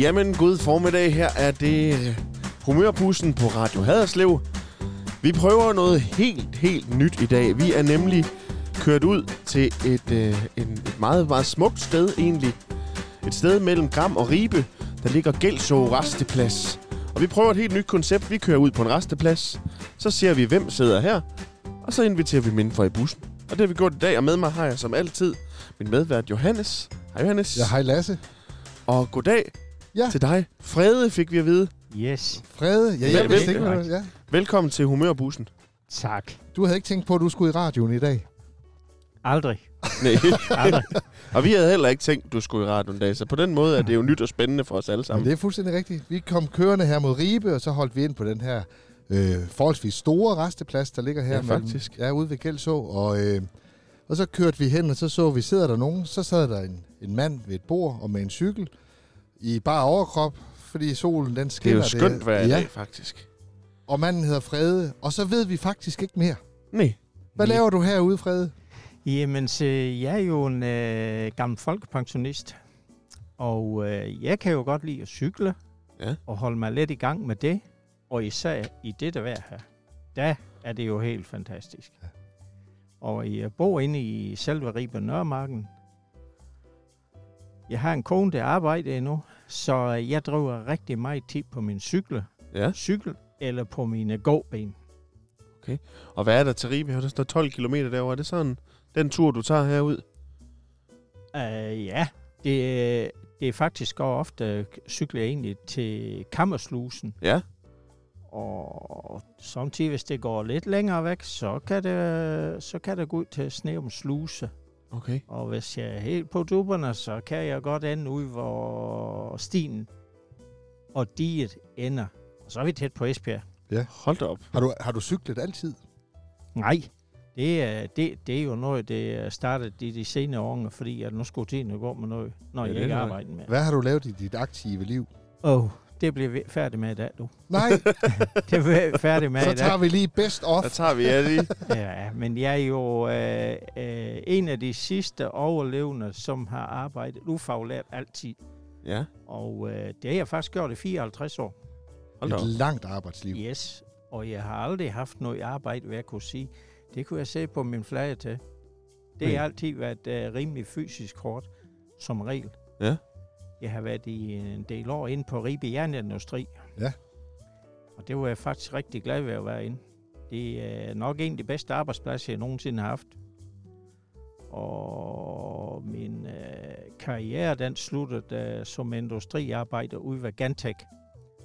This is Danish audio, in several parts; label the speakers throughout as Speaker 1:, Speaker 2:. Speaker 1: Jamen, god formiddag. Her er det øh, humørbussen på Radio Haderslev. Vi prøver noget helt, helt nyt i dag. Vi er nemlig kørt ud til et, øh, en, et meget, meget smukt sted egentlig. Et sted mellem Gram og Ribe, der ligger Gelså Rasteplads. Og vi prøver et helt nyt koncept. Vi kører ud på en rasteplads. Så ser vi, hvem sidder her. Og så inviterer vi mennesker i bussen. Og det har vi gjort i dag, og med mig har jeg som altid min medvært Johannes. Hej Johannes.
Speaker 2: Ja, hej Lasse.
Speaker 1: Og goddag ja.
Speaker 2: Ja.
Speaker 1: til dig. Frede fik vi at vide.
Speaker 3: Yes,
Speaker 2: Frede, ja,
Speaker 1: Vel-
Speaker 2: jeg vidste
Speaker 1: vel-
Speaker 2: ikke, hvad du- ja.
Speaker 1: Velkommen til Humørbussen.
Speaker 3: tak.
Speaker 2: Du havde ikke tænkt på, at du skulle i radioen i dag.
Speaker 3: Aldrig.
Speaker 1: Nej.
Speaker 3: Aldrig.
Speaker 1: og vi havde heller ikke tænkt, du skulle i radioen i dag, så på den måde er det jo nyt og spændende for os alle
Speaker 2: Men
Speaker 1: sammen.
Speaker 2: det er fuldstændig rigtigt. Vi kom kørende her mod Ribe, og så holdt vi ind på den her øh, forholdsvis store resteplads, der ligger her.
Speaker 1: Ja,
Speaker 2: mellem-
Speaker 1: faktisk.
Speaker 2: Ja, ude ved Gældså. Og, øh, og så kørte vi hen, og så så vi, sidder der nogen. Så sad der en, en mand ved et bord og med en cykel i bare overkrop, fordi solen den
Speaker 1: Det er
Speaker 2: skinner.
Speaker 1: jo skønt hver ja.
Speaker 2: ja,
Speaker 1: dag, faktisk.
Speaker 2: og manden hedder Frede, og så ved vi faktisk ikke mere.
Speaker 1: Nej.
Speaker 2: Hvad
Speaker 3: Ja.
Speaker 2: laver du herude, Frede?
Speaker 3: Jamen, så jeg er jo en øh, gammel folkepensionist, og øh, jeg kan jo godt lide at cykle
Speaker 1: Ja.
Speaker 3: og holde mig lidt i gang med det. Og især i det der vejr her, der er det jo helt fantastisk.
Speaker 2: Ja.
Speaker 3: Og øh, jeg bor inde i selve Ribe Nørmarken. Jeg har en kone, der arbejder endnu, så øh, jeg driver rigtig meget tid på min cykle,
Speaker 1: Ja,
Speaker 3: cykel eller på mine gåben.
Speaker 1: og hvad er der til Ribe? Der står 12 km derovre. Er det sådan den tur, du tager herud?
Speaker 3: Uh, ja, det, det er faktisk går ofte cykler jeg egentlig til Kammerslusen,
Speaker 1: Ja.
Speaker 3: og samtidig hvis det går lidt længere væk, så kan det, så kan det gå ud til Sneum Sluse.
Speaker 1: Okay.
Speaker 3: Og hvis jeg er helt på dupperne, så kan jeg godt ende ud, hvor stien og diget ender. Og så er vi tæt på Esbjerg.
Speaker 1: Hold da op.
Speaker 2: Har du, har du cyklet altid?
Speaker 3: Nej, det er, det, det er jo noget, det er startet i de senere år, fordi at nu skulle tiden jo gå med noget, når
Speaker 1: Ja,
Speaker 3: ja,
Speaker 1: det
Speaker 3: jeg ikke
Speaker 1: er nok.
Speaker 3: arbejder med.
Speaker 2: Hvad har du lavet i dit aktive liv?
Speaker 3: Åh, oh, det bliver vi færdig med i dag, du.
Speaker 2: Nej,
Speaker 3: Det er vi færdig med
Speaker 2: så
Speaker 3: i dag.
Speaker 2: tager vi lige best
Speaker 1: Der
Speaker 2: off.
Speaker 1: tager vi jer lige.
Speaker 3: Ja, men jeg er jo øh, øh, en af de sidste overlevende, som har arbejdet ufaglært altid.
Speaker 1: Ja,
Speaker 3: Og øh, det har jeg faktisk gjort i 54 år.
Speaker 1: hold da op.
Speaker 2: Et langt arbejdsliv.
Speaker 3: Yes. Og jeg har aldrig haft noget arbejde, hvad jeg kunne sige. Det kunne jeg se på min flage til. Det har
Speaker 1: Mm.
Speaker 3: altid været øh, rimelig fysisk hårdt, som regel.
Speaker 1: Ja.
Speaker 3: Jeg har været i en del år inde på Ribe Jernindustri.
Speaker 2: Ja.
Speaker 3: Og det var jeg faktisk rigtig glad ved at være inde. Det er nok en af de bedste arbejdspladser, jeg nogensinde har haft. Og min øh, karriere, den sluttede øh, som industriarbejder ude ved Gantech. Ja.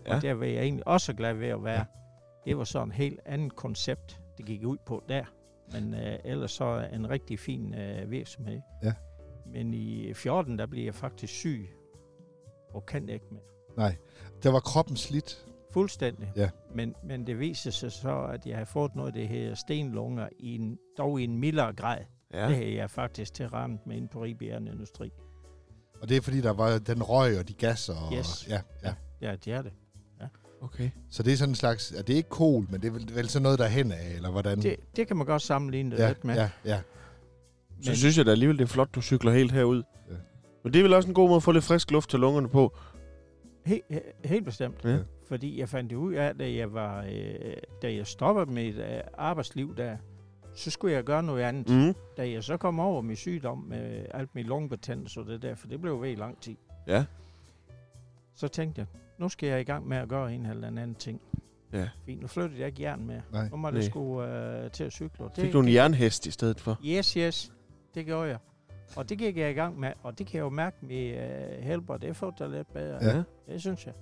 Speaker 1: Ja.
Speaker 3: Og der var jeg egentlig også glad ved at være. Det var sådan en helt andet koncept, det gik ud på der. Men øh, ellers så er en rigtig fin øh, virksomhed.
Speaker 2: Ja.
Speaker 3: Men i 14, der blev jeg faktisk syg. Og kan ikke mere.
Speaker 2: Der var kroppen slidt.
Speaker 3: Fuldstændig.
Speaker 2: Ja.
Speaker 3: Men, men det viser sig så, at jeg har fået noget af det her stenlunger, i en, dog i en mildere grad. Ja. Det
Speaker 1: Ja.
Speaker 3: har jeg faktisk til ramt med inde på Ribe Industri.
Speaker 2: Og det er fordi, der var den røg og de gasser. Og,
Speaker 3: Yes.
Speaker 2: ja, ja.
Speaker 3: Ja, det er det.
Speaker 1: Okay.
Speaker 2: Så det er sådan en slags, ja, det er ikke kol, men det er vel, vel sådan noget, der hen af, eller hvordan?
Speaker 3: det. Det kan man godt sammenligne det
Speaker 2: Mm. ja,
Speaker 3: lidt med.
Speaker 2: ja, ja.
Speaker 1: Så synes jeg da alligevel, det er flot, du cykler helt herud.
Speaker 2: Ja.
Speaker 1: Men det er vel også en god måde at få lidt frisk luft til lungerne på.
Speaker 3: Helt, helt bestemt.
Speaker 1: Ja.
Speaker 3: Ja. Fordi jeg fandt det ud af, da jeg, var, øh, da jeg stoppede mit øh, arbejdsliv der, så skulle jeg gøre noget andet. Mm.
Speaker 1: Mm.
Speaker 3: Da jeg så kom over min sygdom med alt mit lungebetændelse og det der, for det blev ved i lang tid,
Speaker 1: Ja.
Speaker 3: så tænkte jeg, nu skal jeg i gang med at gøre en eller anden ting.
Speaker 1: Ja.
Speaker 3: Fint, nu flyttede jeg ikke jern mere.
Speaker 2: Nej.
Speaker 3: Nu må
Speaker 1: Nej.
Speaker 3: det sgu øh, til at cykle. og
Speaker 1: Fik du en jernhest i stedet for?
Speaker 3: Yes, yes. Det gjorde jeg. Og det gik jeg i gang med, og det kan jeg jo mærke, at mit øh, helbred det får det lidt bedre.
Speaker 2: Ja.
Speaker 3: Det synes jeg.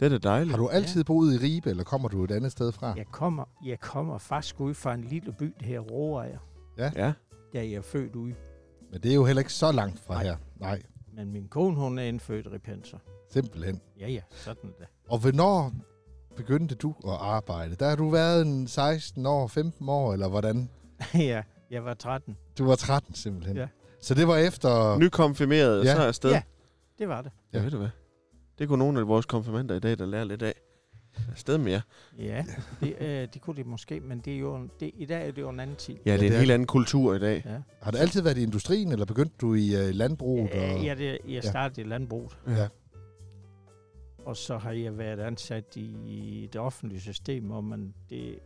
Speaker 1: Det er da dejligt.
Speaker 2: Har du altid boet i Ribe, eller kommer du et andet sted fra?
Speaker 3: Jeg kommer, jeg kommer faktisk ud fra en lille by, der her Roager,
Speaker 1: Ja.
Speaker 3: da jeg er født ude.
Speaker 2: Men det er jo heller ikke så langt fra
Speaker 3: Nej.
Speaker 2: her. Nej,
Speaker 3: Men min kone, hun er indfødt repenser.
Speaker 2: simpelthen.
Speaker 3: Ja, ja, sådan da.
Speaker 2: Og hvornår begyndte du at arbejde? Der har du været en 16 år, 15 år, eller hvordan?
Speaker 3: ja, jeg var 13.
Speaker 2: Du var 13 simpelthen.
Speaker 3: Ja.
Speaker 2: Så det var efter...
Speaker 1: Nykonfirmeret, og
Speaker 2: Ja.
Speaker 1: så er afsted.
Speaker 3: Ja. Det var det.
Speaker 1: Ja, ved du hvad? Det kunne nogle af vores konfirmander i dag, der lærer lidt af. Afsted med jer.
Speaker 3: Ja, det, øh, det kunne det måske, men det er jo en, det, i dag er det jo en anden tid.
Speaker 1: Ja, det er
Speaker 2: det
Speaker 1: en
Speaker 2: er
Speaker 1: helt anden kultur i dag.
Speaker 3: Ja,
Speaker 2: Har det altid været i industrien, eller begyndte du i uh, øh, landbruget?
Speaker 3: ja,
Speaker 2: og...
Speaker 3: ja det, jeg
Speaker 2: Ja.
Speaker 3: startede i landbruget.
Speaker 2: Ja.
Speaker 3: Og så har jeg været ansat i det offentlige system, og man, det,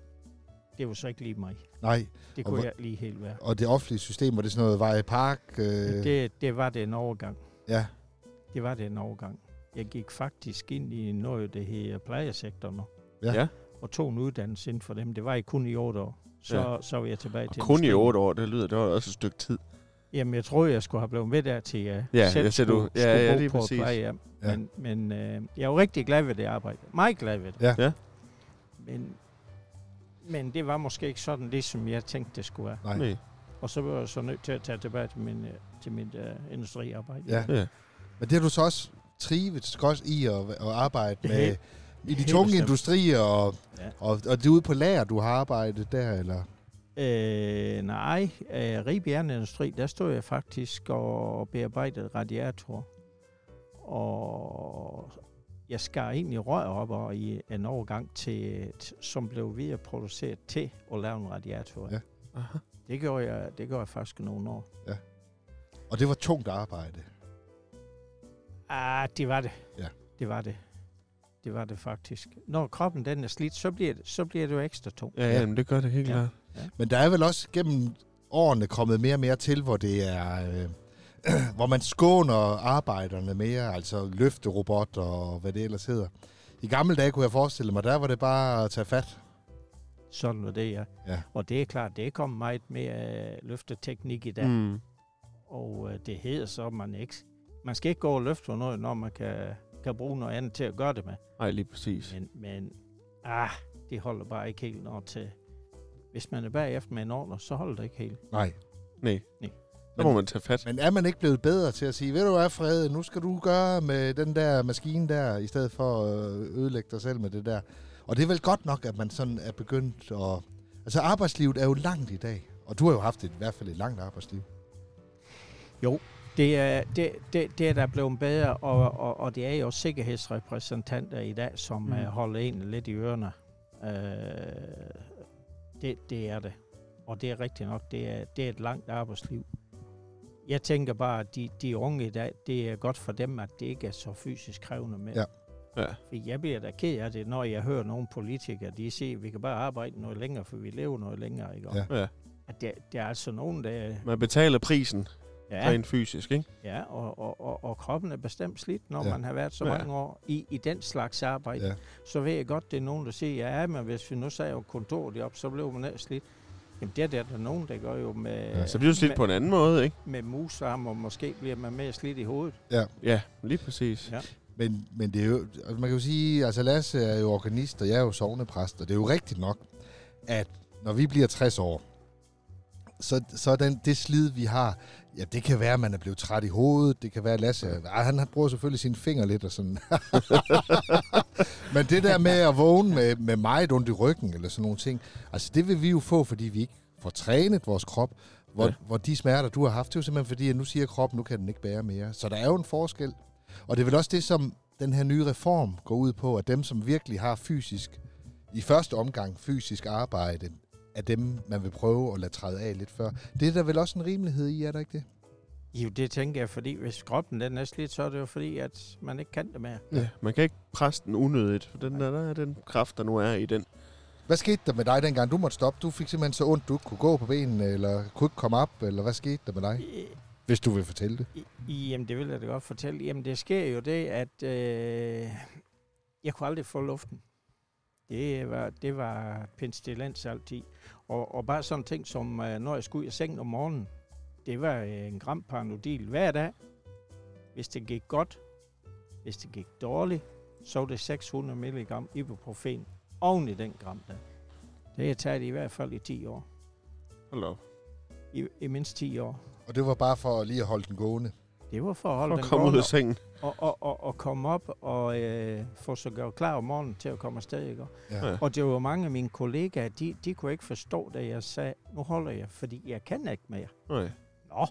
Speaker 3: det var så ikke lige mig.
Speaker 2: Nej, Og
Speaker 3: Det kunne
Speaker 2: hvor-
Speaker 3: jeg ikke lige helt være.
Speaker 2: og det offentlige system, var det sådan noget vej i park? Øh,
Speaker 3: Det, det var det en overgang.
Speaker 2: Ja,
Speaker 3: Det var det en overgang. Jeg gik faktisk ind i noget, der hedder plejesektoren nu,
Speaker 2: Ja.
Speaker 1: Ja.
Speaker 3: og tog en uddannelse inden for dem. Det var jeg kun i otte år. Så, ja. så var jeg tilbage
Speaker 1: Og
Speaker 3: til...
Speaker 1: kun i
Speaker 3: industrien.
Speaker 1: 8 år, det lyder, det var også et stykke tid.
Speaker 3: Jamen, jeg troede, jeg skulle have blevet ved der til, jeg
Speaker 1: Ja,
Speaker 3: selv
Speaker 1: jeg ser du-
Speaker 3: skulle,
Speaker 1: ja,
Speaker 3: skulle
Speaker 1: ja,
Speaker 3: bo
Speaker 1: lige
Speaker 3: på
Speaker 1: præcis.
Speaker 3: et plejehjem.
Speaker 2: Ja.
Speaker 3: Ja. Men, men øh, jeg er jo rigtig glad ved det arbejde. Meget glad ved det.
Speaker 2: Ja.
Speaker 1: Ja.
Speaker 3: Men, men det var måske ikke sådan, det som jeg tænkte, det skulle være.
Speaker 2: nej.
Speaker 1: Nej.
Speaker 3: Og så var jeg så nødt til at tage tilbage til, min, øh, til mit øh, industriarbejde.
Speaker 2: Ja.
Speaker 1: Ja.
Speaker 2: Men det har du så også trivet godt i at, at arbejde
Speaker 3: Ja,
Speaker 2: med
Speaker 3: helt-
Speaker 2: i de
Speaker 3: helt
Speaker 2: tunge
Speaker 3: bestemt.
Speaker 2: industrier, og, ja.
Speaker 3: Ja.
Speaker 2: og, og det er ude på lager, du har arbejdet der, eller?
Speaker 3: Øh, nej, øh, Ribe Jernindustri, der stod jeg faktisk og bearbejdede radiatorer. Og jeg skar egentlig rør op og i en overgang, til, t- som blev videreproduceret til at lave en radiator.
Speaker 2: Ja.
Speaker 3: Ja.
Speaker 1: Aha.
Speaker 3: Det, gjorde jeg, det gjorde jeg faktisk nogle år.
Speaker 2: Og det var tungt arbejde.
Speaker 3: Ah, det var det.
Speaker 2: Ja.
Speaker 3: Det var det. Det var det faktisk. Når kroppen den er slidt, så bliver det, så bliver det jo ekstra tungt.
Speaker 1: Ja, ja, men det gør det helt
Speaker 3: Ja.
Speaker 1: klart.
Speaker 2: Men der er vel også gennem årene kommet mere og mere til, hvor det er... Øh, hvor man skåner arbejderne mere, altså løfterobotter og hvad det ellers hedder. I gamle dage kunne jeg forestille mig, der var det bare at tage fat.
Speaker 3: Sådan var det, ja.
Speaker 2: Ja.
Speaker 3: Og det er klart, det er kommet meget mere øh, løfteteknik i dag.
Speaker 1: Mm.
Speaker 3: Og øh, det hedder så, at man ikke... Man skal ikke gå og løfte for noget, når man kan, kan bruge noget andet til at gøre det med.
Speaker 1: Ej, lige præcis.
Speaker 3: Men, men ah, det holder bare ikke helt når til... Hvis man er bagefter med en ordre, så holder det ikke helt.
Speaker 2: Nej.
Speaker 1: Nej.
Speaker 3: Nej.
Speaker 1: Der må man tage fat.
Speaker 2: Men er man ikke blevet bedre til at sige, ved du hvad, Frede, nu skal du gøre med den der maskine der, i stedet for at ødelægge dig selv med det der. Og det er vel godt nok, at man sådan er begyndt at... Altså arbejdslivet er jo langt i dag, og du har jo haft et, i hvert fald et langt arbejdsliv.
Speaker 3: Det er, det, det, det er der blevet bedre, og, og, og det er jo sikkerhedsrepræsentanter i dag, som
Speaker 1: Mm.
Speaker 3: mm. holder en lidt i ørerne. Øh, det, det er det. Og det er rigtigt nok, det er, det er et langt arbejdsliv. Jeg tænker bare, at de, de unge i dag, det er godt for dem, at det ikke er så fysisk krævende med.
Speaker 2: Ja.
Speaker 1: Ja.
Speaker 3: For jeg bliver da ked af det, når jeg hører nogle politikere, de siger, at vi kan bare arbejde noget længere, for vi lever noget længere. Ikke? Og
Speaker 2: Ja.
Speaker 1: Ja.
Speaker 3: At der, der er altså nogen, der...
Speaker 1: Man betaler prisen rent fysisk, ikke?
Speaker 3: Ja, og, og, og, og kroppen er bestemt slidt, når
Speaker 2: Ja.
Speaker 3: ja. man har været så
Speaker 1: Ja.
Speaker 3: mange år i, i den slags arbejde.
Speaker 2: Ja.
Speaker 3: Ja. Så ved jeg godt, det er nogen, der siger, ja, men hvis vi nu sagde jo kontoret op, så blev man ikke slidt. Jamen det er der, der er nogen, der gør jo med,
Speaker 2: Ja,
Speaker 3: ja,
Speaker 1: Så bliver det lidt
Speaker 3: med,
Speaker 1: på en anden måde, ikke?
Speaker 3: med musarm, og måske bliver man mere slidt i hovedet.
Speaker 1: Ja, lige præcis.
Speaker 3: Ja.
Speaker 2: Men, men det er jo, altså man kan jo sige, altså Lasse er jo organist, og jeg er jo sovnepræst, og det er jo rigtigt nok, at når vi bliver 60 år, så, så er den, det slid, vi har, ja, det kan være, at man er blevet træt i hovedet, det kan være, at Lasse, ej, han, han bruger selvfølgelig sine fingre lidt og sådan. men det der med at vågne med, med meget ondt i ryggen, eller sådan nogle ting, altså det vil vi jo få, fordi vi ikke får trænet vores krop, hvor, ja.
Speaker 1: Ja.
Speaker 2: hvor de smerter, du har haft, det er jo simpelthen fordi, at nu siger kroppen, nu kan den ikke bære mere. Så der er jo en forskel. Og det er vel også det, som den her nye reform går ud på, at dem, som virkelig har fysisk, i første omgang fysisk arbejde, er dem, man vil prøve at lade træde af lidt før. Det er der vel også en rimelighed i, er der ikke det?
Speaker 3: Jo, det tænker jeg, fordi hvis kroppen den er slidt, så er det jo fordi, at man ikke kan det mere.
Speaker 1: Ja. Man kan ikke presse den unødigt, for den der, der er den kraft, der nu er i den.
Speaker 2: Hvad skete der med dig, dengang du måtte stoppe? Du fik simpelthen så ondt, du ikke kunne gå på benene, eller kunne ikke komme op, eller hvad skete der med dig?
Speaker 3: I-
Speaker 2: Hvis du vil fortælle det.
Speaker 3: I, jamen, det vil jeg da godt fortælle. Jamen, det sker jo det, at øh, jeg kunne aldrig få luften. Det øh, var, det var pestilens altid. Og, og bare sådan ting som, øh, når jeg skulle ud af sengen om morgenen, det var øh, en gram paranodil hver dag. Hvis det gik godt, hvis det gik dårligt, så var det 600 mg ibuprofen oven i den gram der. Det har jeg taget i hvert fald i 10 år.
Speaker 1: Hold op.
Speaker 3: I, i mindst 10 år.
Speaker 2: Og det var bare for lige at holde den gående.
Speaker 3: Det var for at holde
Speaker 1: Og
Speaker 3: den
Speaker 1: komme ud
Speaker 3: gående,
Speaker 1: af sengen.
Speaker 3: og, og, og, og komme op og øh, få sig gjort klar om morgenen til at komme afsted. Ikke?
Speaker 2: Ja.
Speaker 1: Ja.
Speaker 3: Og det var mange af mine kollegaer, de, de kunne ikke forstå, da jeg sagde, nu holder jeg, fordi jeg kan ikke mere.
Speaker 1: Nej.
Speaker 3: Nå,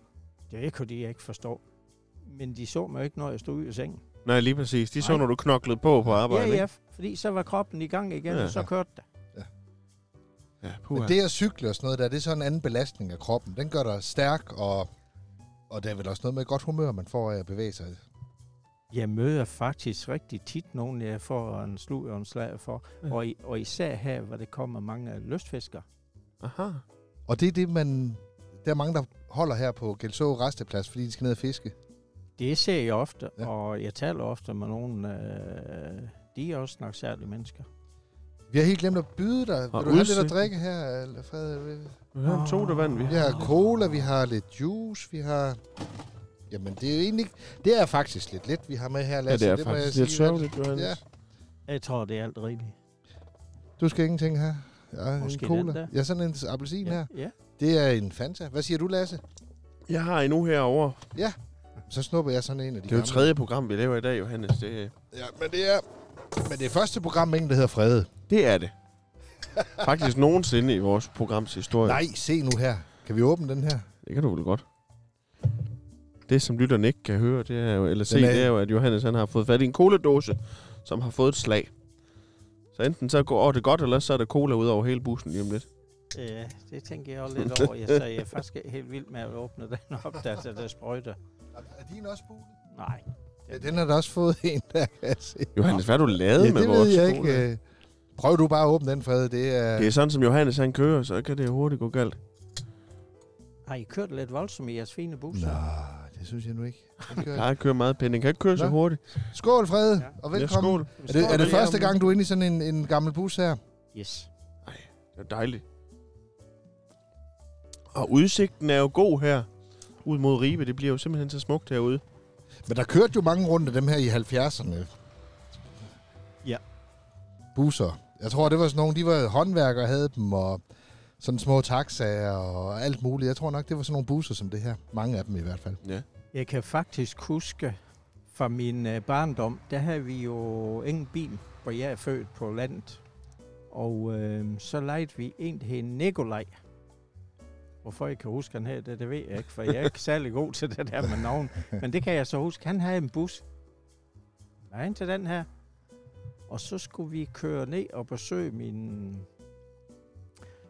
Speaker 3: det kunne de ikke forstå. Men de så mig ikke, når jeg stod ud af sengen.
Speaker 1: Nej, lige præcis. De så,
Speaker 3: Nej.
Speaker 1: når du knoklede på på arbejde,
Speaker 3: ja, ja,
Speaker 1: ikke?
Speaker 3: fordi så var kroppen i gang igen,
Speaker 1: Ja.
Speaker 3: ja. og så kørte det.
Speaker 1: Ja,
Speaker 2: Men
Speaker 1: puha.
Speaker 2: det at cykle og sådan noget der, det er sådan en anden belastning af kroppen. Den gør dig stærk, og, og der er vel også noget med godt humør, man får af at bevæge sig.
Speaker 3: Jeg møder faktisk rigtig tit nogen, jeg får en slud og en slag for.
Speaker 1: Ja.
Speaker 3: Ja. Og, i, og især her, hvor det kommer mange lystfiskere.
Speaker 1: Aha.
Speaker 2: Og det er det, man... Der er mange, der holder her på Gelså Resteplads, fordi de skal ned og fiske.
Speaker 3: Det ser jeg ofte,
Speaker 2: Ja.
Speaker 3: ja. og jeg taler ofte med nogen. Øh, de er også nok særlige mennesker.
Speaker 2: Vi har helt glemt at byde dig.
Speaker 1: Og
Speaker 2: Vil du have lidt at
Speaker 1: udsigt.
Speaker 2: drikke her, eller Fred?
Speaker 1: Nu har en sodavand, vi.
Speaker 2: Vi har cola, vi har lidt juice, vi har... Jamen, det er jo egentlig... Det er faktisk lidt let, vi har med her,
Speaker 1: Ja, det
Speaker 2: Lasse.
Speaker 1: er
Speaker 2: må jeg
Speaker 1: faktisk
Speaker 2: sige.
Speaker 1: lidt sørgeligt, Johannes.
Speaker 2: Ja.
Speaker 1: Ja.
Speaker 3: Jeg tror, det er alt rigtigt.
Speaker 2: Du skal ingenting have. Ja,
Speaker 3: Måske
Speaker 2: en
Speaker 3: den
Speaker 2: cola.
Speaker 3: der.
Speaker 2: Ja, sådan en appelsin ja. her.
Speaker 3: ja.
Speaker 2: Det er en Fanta. Hvad siger du, Lasse?
Speaker 1: Jeg har endnu herovre.
Speaker 2: Så snupper jeg sådan en af de
Speaker 1: Det er jo
Speaker 2: gamle.
Speaker 1: tredje program, vi laver i dag, Johannes. Det,
Speaker 2: Ja, men det er... Men det er første program, der hedder Frede.
Speaker 1: det er det. Faktisk nogensinde i vores programs historie.
Speaker 2: Nej, se nu her. Kan vi åbne den her?
Speaker 1: Det kan du vel godt. Det, som lytteren ikke kan høre, det er jo, eller se,
Speaker 2: Den er-
Speaker 1: det er jo, at Johannes han har fået fat i en coladåse, som har fået et slag. Så enten så går det godt, eller så er der cola ud over hele bussen lige om lidt.
Speaker 3: Ja, det tænker jeg også lidt over. Jeg, så jeg er faktisk helt vild med at åbne den op, der, der, der sprøjter.
Speaker 2: Er din også bulet?
Speaker 3: Nej.
Speaker 2: Ja, den har da også fået en, der kan jeg se.
Speaker 1: Johannes, hvad har du lavet
Speaker 2: Ja,
Speaker 1: med
Speaker 2: det
Speaker 1: vores
Speaker 2: ved jeg
Speaker 1: cola?
Speaker 2: ikke. øh. Prøv du bare at åbne den, Frede. Det er...
Speaker 1: Det er sådan, som Johannes han kører, så kan det hurtigt gå galt.
Speaker 3: Har I kørt lidt voldsomt i jeres fine bus?
Speaker 2: Nå, det synes jeg nu ikke. Den kører-
Speaker 1: Jeg kører meget pænt. Den kan ikke køre så
Speaker 2: Nå.
Speaker 1: hurtigt.
Speaker 2: Skål, Frede,
Speaker 3: Ja.
Speaker 2: og
Speaker 1: Ja, skål.
Speaker 2: velkommen. er, det, er det første gang, du er inde i sådan en, en gammel bus her?
Speaker 3: Yes.
Speaker 1: Det er dejligt. Og udsigten er jo god her. Ud mod Ribe. Det bliver jo simpelthen så smukt herude.
Speaker 2: Men der kørte jo mange rundt af dem her i 70'erne.
Speaker 3: Ja.
Speaker 2: Busser. Jeg tror, det var sådan nogle, de var håndværkere og havde dem, og sådan små taxaer og alt muligt. Jeg tror nok, det var sådan nogle busser som det her. Mange af dem i hvert fald.
Speaker 3: Jeg kan faktisk huske fra min øh, barndom, der havde vi jo ingen bil, hvor jeg er født på landet. Og øh, så lejede vi en, der hed Nikolaj. Hvorfor jeg kan huske han her, det, det ved jeg ikke, for jeg er ikke særlig god til det der med navn. Men det kan jeg så huske. Han havde en bus. Nej, ind til den her. Og så skulle vi køre ned og besøge min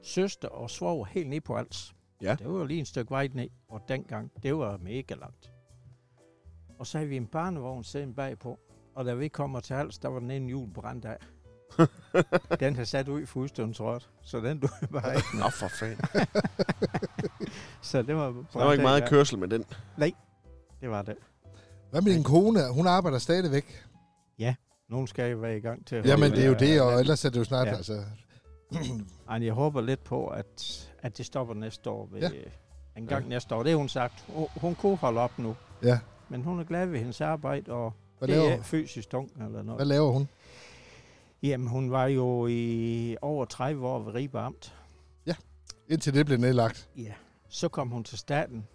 Speaker 3: søster og svoger helt ned på Als.
Speaker 1: Ja.
Speaker 3: Det var jo lige en stykke vej ned, og dengang, det var mega langt. Og så havde vi en barnevogn siddende bagpå, og da vi kommer til Hals, der var den ene hjul brændt af. den har sat ud i fuldstændig rødt, så den du bare ikke.
Speaker 1: Nå, for fanden.
Speaker 3: Så det var brændt
Speaker 1: Der var ikke
Speaker 3: af
Speaker 1: meget
Speaker 3: der.
Speaker 1: kørsel med den.
Speaker 3: Det var det.
Speaker 2: Hvad med din kone? Hun arbejder stadigvæk.
Speaker 3: Nogen skal jo være i gang til at
Speaker 2: Jamen,
Speaker 3: holde,
Speaker 2: det er jo
Speaker 3: øh,
Speaker 2: det,
Speaker 3: land.
Speaker 2: og ellers er det jo snart, ja.
Speaker 3: Ja.
Speaker 2: altså...
Speaker 3: Ej, jeg håber lidt på, at, at det stopper næste år. Ved,
Speaker 2: Ja.
Speaker 3: ja. En gang ja. næste år. Det har hun sagt. Hun, hun kunne holde op nu.
Speaker 2: Ja.
Speaker 3: Men hun er glad ved hendes arbejde, og
Speaker 2: Hvad
Speaker 3: det er
Speaker 2: laver,
Speaker 3: ikke fysisk tung eller noget.
Speaker 2: hvad laver hun?
Speaker 3: Jamen, hun var jo i over 30 år ved Ribe Amt.
Speaker 2: Indtil det blev nedlagt.
Speaker 3: Ja. Så kom hun til staten.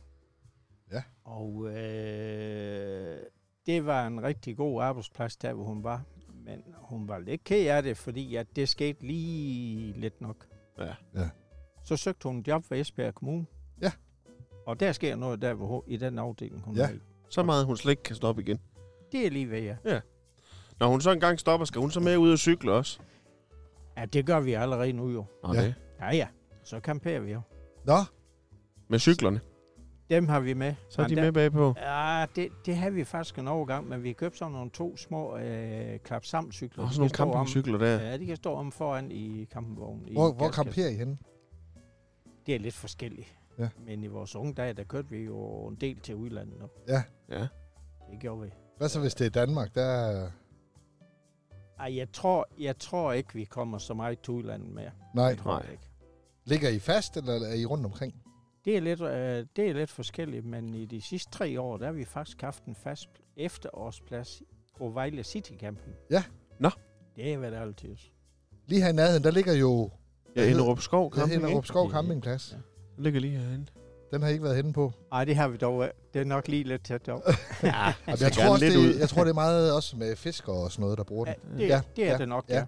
Speaker 2: Ja.
Speaker 3: Og øh, det var en rigtig god arbejdsplads, der hvor hun var. Men hun var lidt ked af det, fordi at det skete lige lidt nok.
Speaker 1: Ja.
Speaker 2: Ja.
Speaker 3: Så søgte hun en job ved Esbjerg Kommune.
Speaker 2: Ja.
Speaker 3: Og der sker noget der hvor, hun- i den afdeling, hun
Speaker 2: Ja.
Speaker 3: ja. er i.
Speaker 1: Så meget, hun slet ikke kan stoppe igen.
Speaker 3: Det er lige ved jer.
Speaker 1: Når hun så engang stopper, skal hun så med ud og cykle også?
Speaker 3: Ja, det gør vi allerede nu jo.
Speaker 1: Nå,
Speaker 2: Ja.
Speaker 1: det.
Speaker 3: Ja, ja. Så kamperer vi jo.
Speaker 2: Nå,
Speaker 1: Med cyklerne.
Speaker 3: Dem har vi med.
Speaker 1: Så er
Speaker 3: Men
Speaker 1: de
Speaker 3: der-
Speaker 1: med bagpå.
Speaker 3: Ja, det, det havde vi faktisk en overgang, men vi købte sådan nogle to små øh, klap sammen cykler.
Speaker 1: Og sådan nogle campingcykler der.
Speaker 3: Ja, de kan stå om foran i campingvognen. i
Speaker 2: hvor, hvor
Speaker 3: gaskassen.
Speaker 2: kamperer I henne?
Speaker 3: Det er lidt forskelligt.
Speaker 2: Ja.
Speaker 3: Men i vores unge dage, der kørte vi jo en del til udlandet. Og
Speaker 1: Ja.
Speaker 3: det gjorde vi.
Speaker 2: Hvad så, hvis det er Danmark? Der... er-
Speaker 3: Ej, jeg tror, jeg tror ikke, vi kommer så meget til udlandet mere.
Speaker 2: Nej.
Speaker 3: Det tror
Speaker 1: Nej.
Speaker 3: jeg ikke.
Speaker 2: Ligger I fast, eller er I rundt omkring?
Speaker 3: Det er, lidt, øh, det er lidt forskelligt, men i de sidste tre år, der har vi faktisk haft en fast efterårsplads på Vejle City Camping.
Speaker 2: Ja.
Speaker 1: Nå.
Speaker 3: Det har været altid.
Speaker 2: Lige her i nærheden, der ligger jo
Speaker 1: Ja, Inderup Skov camping,
Speaker 2: Hinderup
Speaker 1: ikke?
Speaker 2: Skov
Speaker 3: Ja.
Speaker 2: Campingplads.
Speaker 3: Ja.
Speaker 1: Den ligger lige herinde.
Speaker 2: Den har I ikke været henne på.
Speaker 3: Nej, det har vi dog. øh, Det er nok lige lidt tæt op.
Speaker 1: Ja,
Speaker 2: Og jeg, tror også, det, jeg tror, det er meget også med fiskere og sådan noget, der bruger
Speaker 3: Ja,
Speaker 2: den.
Speaker 3: det,
Speaker 2: Ja,
Speaker 3: ja, det er
Speaker 2: ja,
Speaker 3: det nok,
Speaker 2: ja.
Speaker 3: ja.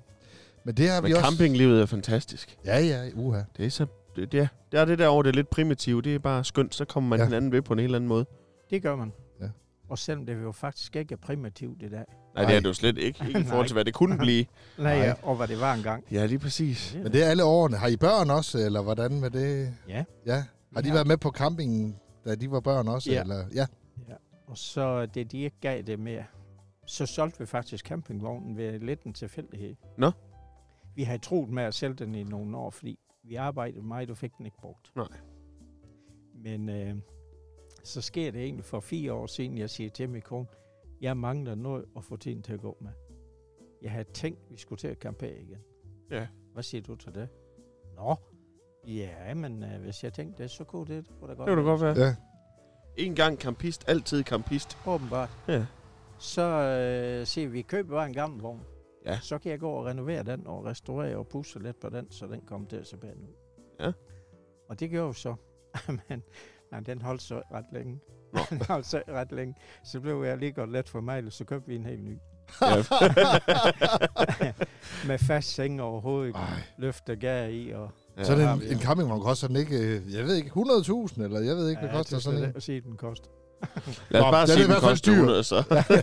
Speaker 2: Men det har vi
Speaker 1: Men
Speaker 2: også...
Speaker 1: campinglivet er fantastisk.
Speaker 2: Ja, ja, uha.
Speaker 1: Det er så... Det, det, er, det er det der over, det er lidt primitivt. Det er bare skønt. Så kommer man
Speaker 2: Ja.
Speaker 1: ja. hinanden ved på en helt anden måde.
Speaker 3: Det gør man.
Speaker 2: Ja.
Speaker 3: Og selvom det jo faktisk ikke er primitivt i dag.
Speaker 1: Nej, det er det jo slet ikke. Ikke i forhold til, hvad det kunne blive.
Speaker 3: Nej,
Speaker 2: Nej.
Speaker 3: ja, og hvad det var engang.
Speaker 1: Ja, lige præcis.
Speaker 2: Men det er alle årene. Har I børn også, eller hvordan var det?
Speaker 3: Ja.
Speaker 2: Ja. Har de
Speaker 3: Ja.
Speaker 2: været med på campingen, da de var børn også?
Speaker 3: Ja.
Speaker 2: Eller? ja.
Speaker 3: Og så det, de ikke gav det mere, så solgte vi faktisk campingvognen ved lidt en tilfældighed.
Speaker 1: Nå.
Speaker 3: Vi havde troet med at sælge den i nogle år, fordi vi arbejdede meget, og fik den ikke brugt.
Speaker 1: Nej.
Speaker 3: Men øh, så sker det egentlig for fire år siden, jeg siger til min kone, jeg mangler noget at få tiden til at gå med. Jeg havde tænkt, vi skulle til at campere igen.
Speaker 1: Ja.
Speaker 3: Hvad siger du til det? Nå, ja, men øh, hvis jeg tænkte det, så kunne det, det kunne da godt
Speaker 1: Det kunne da godt være.
Speaker 2: Ja.
Speaker 1: En gang kampist, altid kampist.
Speaker 3: Åbenbart.
Speaker 1: Ja.
Speaker 3: Så øh, siger vi, køb bare en gammel vogn.
Speaker 1: Ja.
Speaker 3: Så kan jeg gå og renovere den og restaurere og pusse lidt på den, så den kommer til at se pæn ud.
Speaker 1: Ja.
Speaker 3: Og det gjorde vi så. men, men den holdt så ikke ret længe.
Speaker 1: Nå.
Speaker 3: den holdt så ikke ret længe. Så blev jeg lige godt let for mig, så købte vi en helt ny.
Speaker 1: Ja.
Speaker 3: Med fast seng over hovedet,
Speaker 1: Ah.
Speaker 2: Ej.
Speaker 3: løft og gær i. Og,
Speaker 2: Så er det
Speaker 3: har
Speaker 2: en,
Speaker 3: vi,
Speaker 2: en
Speaker 3: ja.
Speaker 2: campingvogn koster den ikke, øh, jeg ved ikke, 100.000, eller jeg ved ikke, hvad koster
Speaker 3: det
Speaker 2: sådan
Speaker 3: skal
Speaker 2: en.
Speaker 3: jeg sige, den koster.
Speaker 1: Lad os
Speaker 2: Nå,
Speaker 1: bare
Speaker 2: den er
Speaker 1: sige,
Speaker 2: i
Speaker 1: den
Speaker 2: hvert fald
Speaker 1: koster
Speaker 2: dyr.
Speaker 1: 100, så.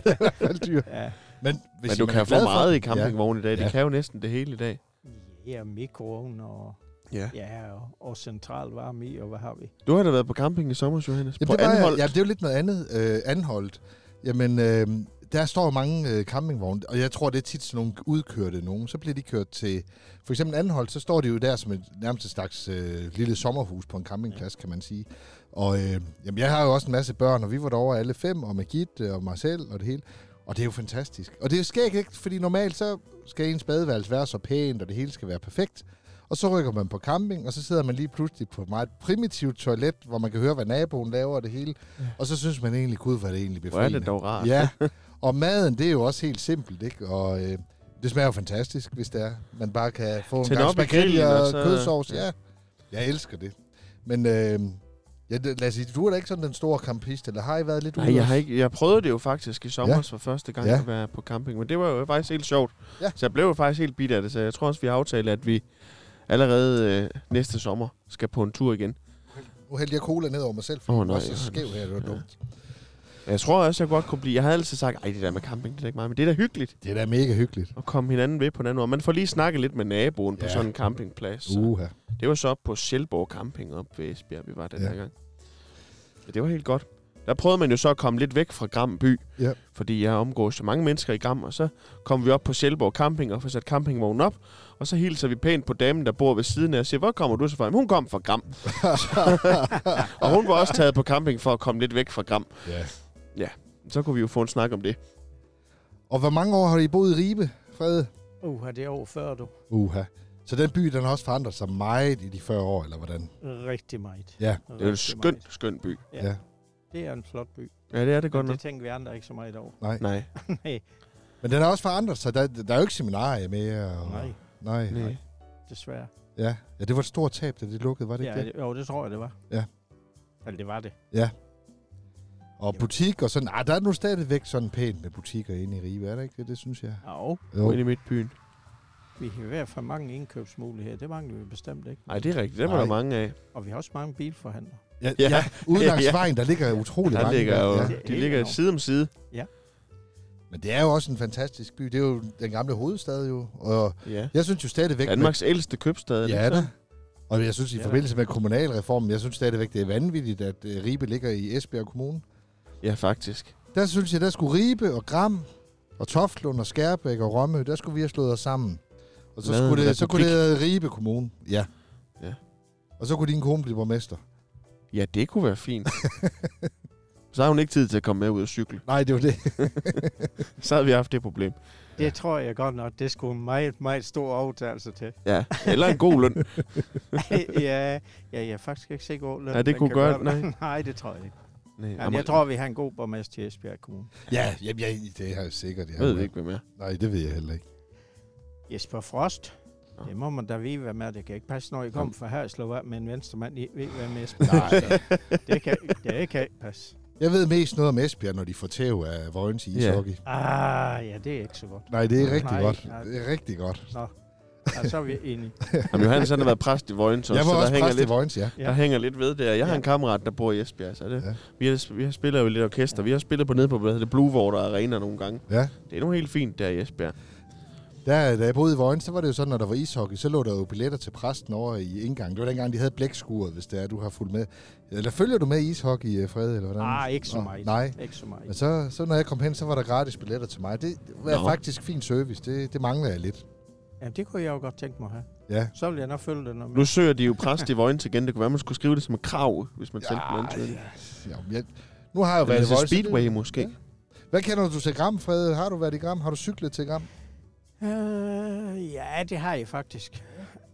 Speaker 2: Alt dyr.
Speaker 3: Ja,
Speaker 2: Men, hvis
Speaker 1: Men du
Speaker 2: man
Speaker 1: kan
Speaker 2: er
Speaker 1: få
Speaker 2: glad for
Speaker 1: meget i
Speaker 2: den-
Speaker 1: campingvogn i dag. Det
Speaker 2: Ja.
Speaker 1: kan jo næsten det hele i dag.
Speaker 3: ja mikroovn og,
Speaker 1: Ja.
Speaker 3: ja, og, og central varme i, og hvad har vi?
Speaker 1: Du har da været på camping i sommer, Johannes.
Speaker 2: Jamen,
Speaker 1: på
Speaker 2: det var,
Speaker 1: Anholt.
Speaker 2: Anholdt. Ja, det er jo lidt noget andet. Øh, anholdt. Jamen, øh, der står jo mange øh, campingvogne, og jeg tror, det er tit sådan nogle udkørte nogen. Så bliver de kørt til... For eksempel Anholdt, så står de jo der som et nærmest et slags øh, lille sommerhus på en campingplads, kan man sige. Og øh, jamen, jeg har jo også en masse børn, og vi var derovre alle fem, og Magitte og mig selv og det hele. Og det er jo fantastisk. Og det sker ikke, fordi normalt så skal ens badeværelse være så pænt, og det hele skal være perfekt. Og så rykker man på camping, og så sidder man lige pludselig på et meget primitivt toilet, hvor man kan høre, hvad naboen laver og det hele. Ja. Og så synes man egentlig, gud, hvor er det egentlig
Speaker 1: Hvor er
Speaker 2: befriende.
Speaker 1: det dog rart.
Speaker 2: Ja, og maden, det er jo også helt simpelt, ikke? Og øh, det smager jo fantastisk, hvis det er. Man bare kan få en
Speaker 1: Tænd
Speaker 2: gang
Speaker 1: op i
Speaker 2: spaghetti
Speaker 1: grillen,
Speaker 2: og,
Speaker 1: og så-
Speaker 2: kødsovs. Ja.
Speaker 1: ja.
Speaker 2: ja, jeg elsker det. Men øh, ja, det- lad os sige, du er da ikke sådan den store campist, eller har I været lidt
Speaker 1: Nej, jeg, har ikke, jeg prøvede det jo faktisk i sommer
Speaker 2: Ja.
Speaker 1: ja. for første gang
Speaker 2: Ja.
Speaker 1: ja. at være på camping, men det var jo faktisk helt sjovt.
Speaker 2: Ja.
Speaker 1: Ja. Så jeg blev jo faktisk helt bit af det, så jeg tror også, vi har aftalt, at vi allerede øh, næste sommer skal på en tur igen.
Speaker 2: Nu hældte jeg cola ned over mig selv, for
Speaker 1: Åh,
Speaker 2: oh, nej,
Speaker 1: nej,
Speaker 2: var så
Speaker 1: Johannes.
Speaker 2: skæv her, det var
Speaker 1: Ja.
Speaker 2: dumt.
Speaker 1: Men Jeg tror også, jeg godt kunne blive... Jeg havde altid sagt, ej, det der med camping, det er da ikke meget, men det er da hyggeligt
Speaker 2: Det er da mega hyggeligt.
Speaker 1: at komme hinanden ved på den anden måde. Man får lige snakket lidt med naboen ja.
Speaker 2: Ja.
Speaker 1: på sådan en campingplads. Uh.
Speaker 2: Uha.
Speaker 1: Det var så op på Sjælborg Camping op ved Esbjerg, vi var den
Speaker 2: Ja.
Speaker 1: ja. her gang. Ja, det var helt godt. Der prøvede man jo så at komme lidt væk fra Gram by,
Speaker 2: Ja.
Speaker 1: fordi jeg omgås så mange mennesker i Gram, og så kom vi op på Sjælborg Camping og får sat campingvognen op, og så hilser vi pænt på damen, der bor ved siden af, og siger, hvor kommer du så fra? "Jamen, Hun kom fra Gram. og hun var også taget på camping for at komme lidt væk fra Gram.
Speaker 2: Ja.
Speaker 1: Så kunne vi jo få en snak om det.
Speaker 2: Og hvor mange år har I boet i Ribe, Frede?
Speaker 3: Uh, det er over 40, du.
Speaker 2: Uha. Så den by, den har også forandret sig meget i de 40 år, eller hvordan?
Speaker 3: Rigtig meget.
Speaker 2: Ja.
Speaker 1: Det er jo en skøn, skøn by.
Speaker 3: Ja.
Speaker 2: Ja.
Speaker 3: ja. Det er en flot by.
Speaker 1: Ja, det er det godt
Speaker 3: Men
Speaker 1: nok.
Speaker 3: det tænker vi andre ikke så meget over.
Speaker 1: Nej.
Speaker 3: nej,
Speaker 2: Men den har også forandret sig. Der, der er jo ikke seminarier mere. Og...
Speaker 3: nej,
Speaker 2: Nej.
Speaker 1: Nej.
Speaker 3: desværre.
Speaker 2: Ja. ja, det var et stort tab, da det lukkede, var det
Speaker 3: Det
Speaker 2: ikke
Speaker 3: ja,
Speaker 2: det?
Speaker 3: det, jo, det tror jeg, det var.
Speaker 2: Ja.
Speaker 3: Eller det var det.
Speaker 2: Og butik og sådan. Ah, der er nu stadigvæk sådan pænt med butikker inde i Ribe, er der ikke det? Det synes jeg.
Speaker 3: Jo,
Speaker 1: Gå ind i midtbyen.
Speaker 3: vi har i hvert fald mange indkøbsmuligheder. Det mangler vi bestemt ikke.
Speaker 1: Nej, det er rigtigt. Det var der
Speaker 2: Nej.
Speaker 1: mange af.
Speaker 3: Og vi har også mange bilforhandlere.
Speaker 2: Ja,
Speaker 1: Ja.
Speaker 2: ja. ja. Ude langs
Speaker 1: Ja.
Speaker 2: vejen, der ligger utrolig
Speaker 1: Der
Speaker 2: mange.
Speaker 1: ligger jo,
Speaker 2: ja.
Speaker 3: Det er
Speaker 1: de
Speaker 3: helt
Speaker 1: ligger
Speaker 3: enormt.
Speaker 1: side om side.
Speaker 2: Men det er jo også en fantastisk by. Det er jo den gamle hovedstad jo. Og
Speaker 1: Ja.
Speaker 2: jeg synes jo stadigvæk...
Speaker 1: Danmarks ældste købstad. er
Speaker 2: med,
Speaker 1: det
Speaker 2: ja,
Speaker 1: ikke
Speaker 2: da. Og jeg synes i
Speaker 3: Ja, da.
Speaker 2: forbindelse med kommunalreformen, jeg synes stadigvæk, det er vanvittigt, at øh, Ribe ligger i Esbjerg Kommune.
Speaker 1: så? Ja, faktisk.
Speaker 2: Der synes jeg, der skulle Ribe og Gram og Toftlund og Skærbæk og Rømø, der skulle vi have slået os sammen. Og så,
Speaker 1: Lavet en
Speaker 2: skulle det, så kunne det
Speaker 1: republik.
Speaker 2: hedde Ribe Kommune. Ja.
Speaker 1: Ja.
Speaker 2: Og så kunne din kone blive borgmester.
Speaker 1: Ja, det kunne være fint. så har hun ikke tid til at komme med ud og cykle.
Speaker 2: Nej, det var det.
Speaker 1: Så havde vi haft det problem.
Speaker 3: Det tror jeg godt nok, det skulle en meget, meget stor aftagelse til.
Speaker 1: Ja, eller en god løn.
Speaker 3: ja, ja, jeg er faktisk ikke sikker over,
Speaker 1: Ja, det kunne gøre- nej.
Speaker 3: nej, det tror jeg ikke.
Speaker 1: Nej,
Speaker 3: Ja, men jeg tror, vi har en god borgmester i Esbjerg Kommune.
Speaker 2: ja, ja, ja, det er jo sikkert. Ja.
Speaker 1: Jeg ved ikke, hvem jeg er.
Speaker 2: Nej, det ved jeg heller ikke.
Speaker 3: Jesper Frost.
Speaker 1: Nå.
Speaker 3: Det må man da vide, hvad med. Det kan ikke passe, når I kom fra her og slog af med en venstremand. I ved, hvad med Esbjerg.
Speaker 2: Nej.
Speaker 3: det, kan, det kan ikke passe.
Speaker 2: Altså, Jeg ved mest noget om Esbjerg, når de får tæv af Vojens i
Speaker 1: Ja.
Speaker 2: ishockey. Yeah.
Speaker 3: Ah, ja, det er ikke så godt.
Speaker 2: Nej, det er rigtig
Speaker 3: Nej,
Speaker 2: godt.
Speaker 3: nej.
Speaker 2: Det er rigtig godt.
Speaker 3: Ja, så er vi enige.
Speaker 1: Jamen, Johannes han har været præst i Vojens, så
Speaker 2: jeg var
Speaker 1: der
Speaker 2: også
Speaker 1: hænger,
Speaker 2: præst i
Speaker 1: lidt,
Speaker 2: Vojens, ja.
Speaker 1: der hænger lidt ved der. Jeg har
Speaker 3: Ja.
Speaker 1: en kammerat, der bor i Esbjerg, så det,
Speaker 2: Ja.
Speaker 1: ja. vi, har, vi har spiller jo i lidt orkester. Vi har spillet på nede på, hvad hedder det, Blue Water Arena nogle gange.
Speaker 2: ja.
Speaker 1: Det er nu helt fint der i Esbjerg.
Speaker 2: Der, da jeg boede i Vojens, så var det jo sådan, når der var ishockey, så lå der jo billetter til præsten over i indgangen. Det var dengang, de havde blækskuret, hvis det er, du har fulgt med. Eller følger du med i ishockey, øh, Fred, eller hvordan?
Speaker 3: Ah, ikke så
Speaker 2: Nå,
Speaker 3: meget.
Speaker 2: Nej.
Speaker 3: Ikke så meget.
Speaker 2: Men så, så når jeg kom hen, så var der gratis billetter til mig. Det var
Speaker 1: Nå.
Speaker 2: faktisk fin service. Det, det mangler jeg lidt.
Speaker 3: Jamen, det kunne jeg jo godt tænke mig at have.
Speaker 2: Ja.
Speaker 3: Så ville jeg nok følge det noget mere.
Speaker 1: Nu søger de jo præst i Vojens igen. Det kunne være, man skulle skrive det som et krav, hvis man sendte en ansøgning.
Speaker 3: Ah,
Speaker 2: ja, jeg, nu har jeg jo været
Speaker 1: Eller til
Speaker 2: i Vojens. så det-
Speaker 1: altså, Speedway måske.
Speaker 2: Ja. Hvad kender du til Gram, Fred? Har du været i Gram? Har du cyklet til Gram?
Speaker 3: Øh, ja, det har jeg faktisk.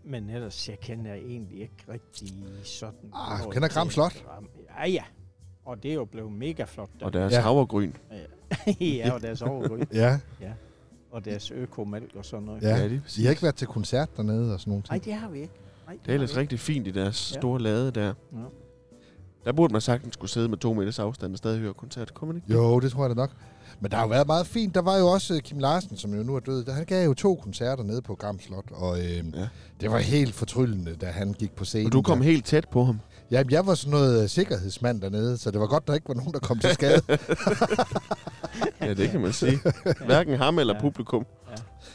Speaker 3: Men ellers, jeg kender egentlig ikke rigtig sådan...
Speaker 2: Ah, du
Speaker 3: noget
Speaker 2: kender Gram
Speaker 3: til
Speaker 2: Slot?
Speaker 3: Gram. Ja, ja. Og det er jo blevet mega flot. Der.
Speaker 1: Og deres
Speaker 2: Ja.
Speaker 1: ja. havregryn.
Speaker 3: ja, og deres overryg,
Speaker 2: Ja.
Speaker 3: og deres økomælk og sådan noget.
Speaker 2: Ja.
Speaker 1: det,
Speaker 2: Så I har ikke været til koncert dernede og sådan nogle ting?
Speaker 3: Nej, det har vi ikke. Nej,
Speaker 1: det er ellers
Speaker 3: har vi
Speaker 1: rigtig fint i deres
Speaker 3: Ja.
Speaker 1: ja. store lade der.
Speaker 3: Ja.
Speaker 1: Ja. Der burde man sagtens skulle sidde med to meters afstand og stadig høre koncert. Kunne man ikke?
Speaker 2: Jo, det tror jeg da nok. Men der har jo været meget fint. Der var jo også øh, Kim Larsen, som jo nu er død. Han gav jo to koncerter nede på Gram Slot, og øh, ja.
Speaker 1: Ja.
Speaker 2: det var helt fortryllende, da han gik på scenen.
Speaker 1: Og du kom
Speaker 2: der.
Speaker 1: helt tæt på ham.
Speaker 2: Ja, jeg var sådan noget øh, sikkerhedsmand dernede, så det var godt, der ikke var nogen, der kom til skade.
Speaker 1: Ja, det kan man sige. Hverken ham eller
Speaker 3: Ja.
Speaker 1: ja. publikum.